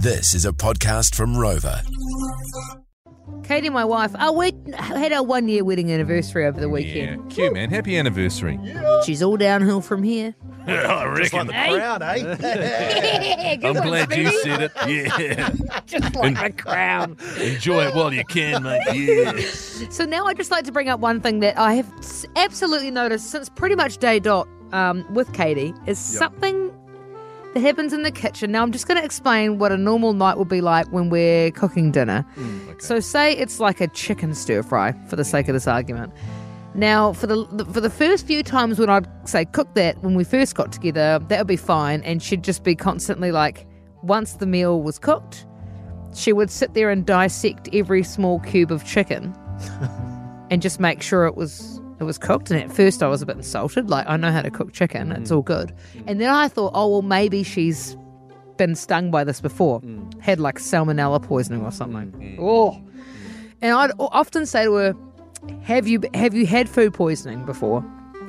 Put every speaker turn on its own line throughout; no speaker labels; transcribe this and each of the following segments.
This is a podcast from Rover.
Katie, my wife, our we had our one year wedding anniversary over the
Yeah,
weekend.
cute man. Happy anniversary.
She's all downhill from here.
I reckon.
Crown, eh?
I'm glad you said it. Yeah,
Just like a crown.
enjoy it while you can, mate. Yeah.
So now I'd just like to bring up one thing that I have s- absolutely noticed since pretty much day dot um, with Katie is something that happens in the kitchen. Now I'm just going to explain what a normal night would be like when we're cooking dinner. So say it's like a chicken stir fry for the sake of this argument. Now for the the- for the first few times when I'd say cook that when we first got together, that would be fine, and she'd just be constantly like, once the meal was cooked. She would sit there and dissect every small cube of chicken and just make sure it was it was cooked. And at first, I was a bit insulted. Like I know how to cook chicken; it's all good. And then I thought, oh well, maybe she's been stung by this before, had like salmonella poisoning or something. Oh, and I'd o- often say to her, "Have you have you had food poisoning before?"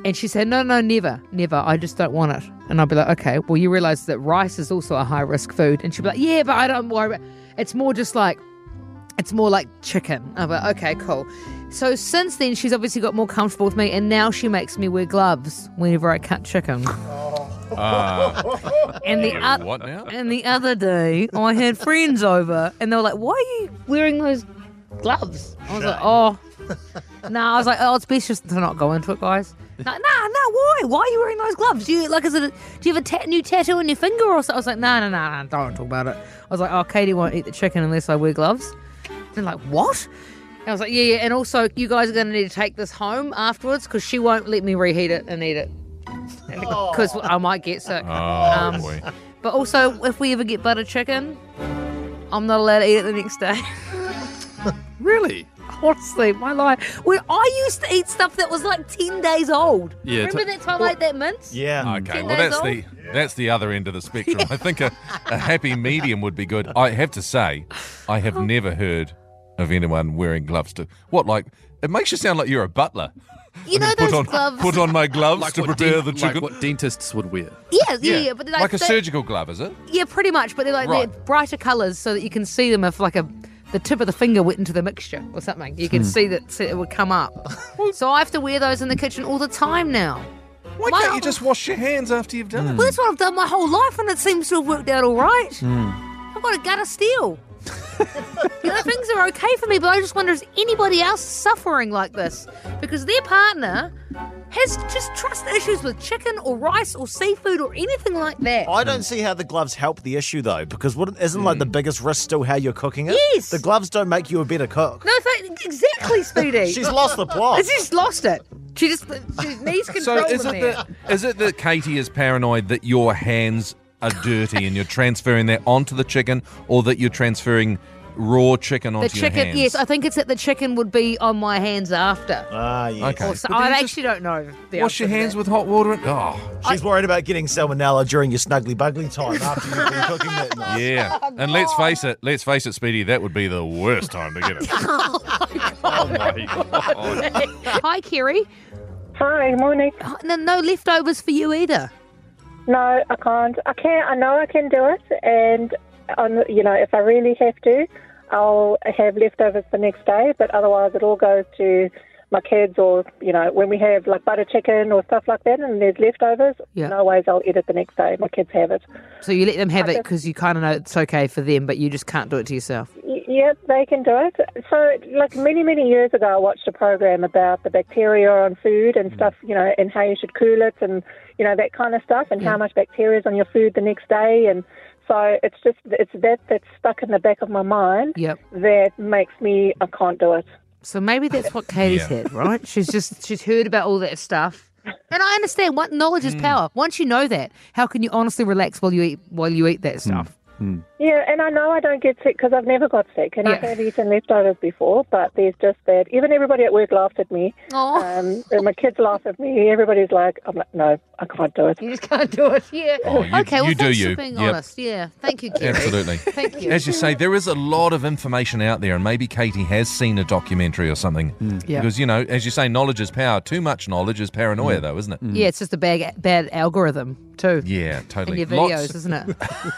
And she said, "No, no, never, never. I just don't want it." And I'd be like, "Okay, well, you realise that rice is also a high risk food." And she'd be like, "Yeah, but I don't worry. About It's more just like." It's more like chicken. I'm like, okay, cool. So since then, she's obviously got more comfortable with me, and now she makes me wear gloves whenever I cut chicken. Ah, and the oth-
What now?
and the other day, I had friends over, and they were like, "Why are you wearing those gloves?" I was like, "Oh, no." I was like, "Oh, it's best just to not go into it, guys." No, no, no. Why? Why are you wearing those gloves? Do you like? Is it? A, do you have a ta- new tattoo on your finger or something? I was like, "No, no, no, no. Don't talk about it." I was like, "Oh, Katie won't eat the chicken unless I wear gloves." They're like, "What?" I was like, "Yeah, yeah." And also, you guys are going to need to take this home afterwards because she won't let me reheat it and eat it because I might get sick.
Oh
um,
boy.
But also, if we ever get butter chicken, I'm not allowed to eat it the next day.
really?
Honestly, my life. When I used to eat stuff that was like 10 days old.
Yeah,
Remember
it's-
that time I ate that mince?
Yeah.
Okay,
Ten
well
days
that's the that's the other end of the spectrum. I think a, a happy medium would be good. I have to say, I have never heard of anyone wearing gloves to what like it makes you sound like you're a butler.
You
I mean,
know
put
those
on,
gloves?
Put on my gloves to
what
prepare
dent-
the
like
chicken.
what dentists would wear.
yeah, yeah, yeah. But they're
like,
like,
a
they-
surgical glove, is it?
Yeah, pretty much. But they're like they're
Right.
brighter colours so that you can see them if like a the tip of the finger went into the mixture or something. You
Hmm.
can see that so it would come up. so I have to wear those in the kitchen all the time now.
Why
Why
can't you
not?
just wash your hands after you've done
Well,
it?
that's what I've done my whole life, and it seems to have worked out all right.
Hmm.
I've got a gut of steel. you know, things are okay for me, but I just wonder is anybody else suffering like this? Because their partner has just trust issues with chicken or rice or seafood or anything like that.
I don't see how the gloves help the issue though, because wouldn't isn't like the biggest risk still how you're cooking it?
Yes.
The gloves don't make you a better cook.
No, thank- exactly, Speedy.
She's lost the plot.
She's just lost it. She just she needs control.
So is
in
it
there.
that is it that Katie is paranoid that your hands are dirty and you're transferring that onto the chicken, or that you're transferring raw chicken onto
the
your
chicken?
hands?
Yes, I think it's that the chicken would be on my hands after.
Ah, yeah.
Okay.
Or so-
Uh, But
I
then you just
actually don't know. the
Wash
answer
your
to
hands
that.
with hot water. And, oh,
She's worried about getting salmonella during your snuggly bugly time after you've been cooking that night.
Yeah, and let's face it, let's face it, Speedy, that would be the worst time to get it.
Hi, Kerry.
Hi, morning.
No, no leftovers for you either.
No, I can't. I can't. I know I can do it, and I'm, you know, if I really have to, I'll have leftovers the next day. But otherwise, it all goes to my kids, or you know, when we have like butter chicken or stuff like that, and there's leftovers.
Yeah.
No ways I'll eat it the next day. My kids have it.
So you let them have it because you kind of know it's okay for them, but you just can't do it to yourself.
Y- Yep, they can do it. So, like many, many years ago, I watched a program about the bacteria on food and stuff, you know, and how you should cool it and, you know, that kind of stuff and how much bacteria is on your food the next day. And so it's just, it's that that's stuck in the back of my mind
Yep.
that makes me, I can't do it.
So maybe that's what Katie's
Yeah.
had, right? She's just she's heard about all that stuff, Mm. and I understand. What knowledge is power. Once you know that, how can you honestly relax while you eat while you eat
Hmm.
that stuff?
Yeah, and I know I don't get sick because I've never got sick and I
Yeah.
have eaten leftovers before, but there's just that. Even everybody at work laughed at me.
Oh,
Um, and my kids laugh at me. Everybody's like, I'm like, no, I can't do it.
you just can't do it. Yeah.
Oh, you-
okay. Well,
you do
thanks
you.
for being
Yep.
honest. Yeah. Thank you, Kerry.
Absolutely.
Thank you.
As you say, there is a lot of information out there, and maybe Katie has seen a documentary or something.
Yeah.
Because, you know, as you say, knowledge is power. Too much knowledge is paranoia,
Hmm.
though, isn't it?
yeah, it's just a bad bad algorithm too.
Yeah,
In
totally.
your videos,
Lots-
isn't it?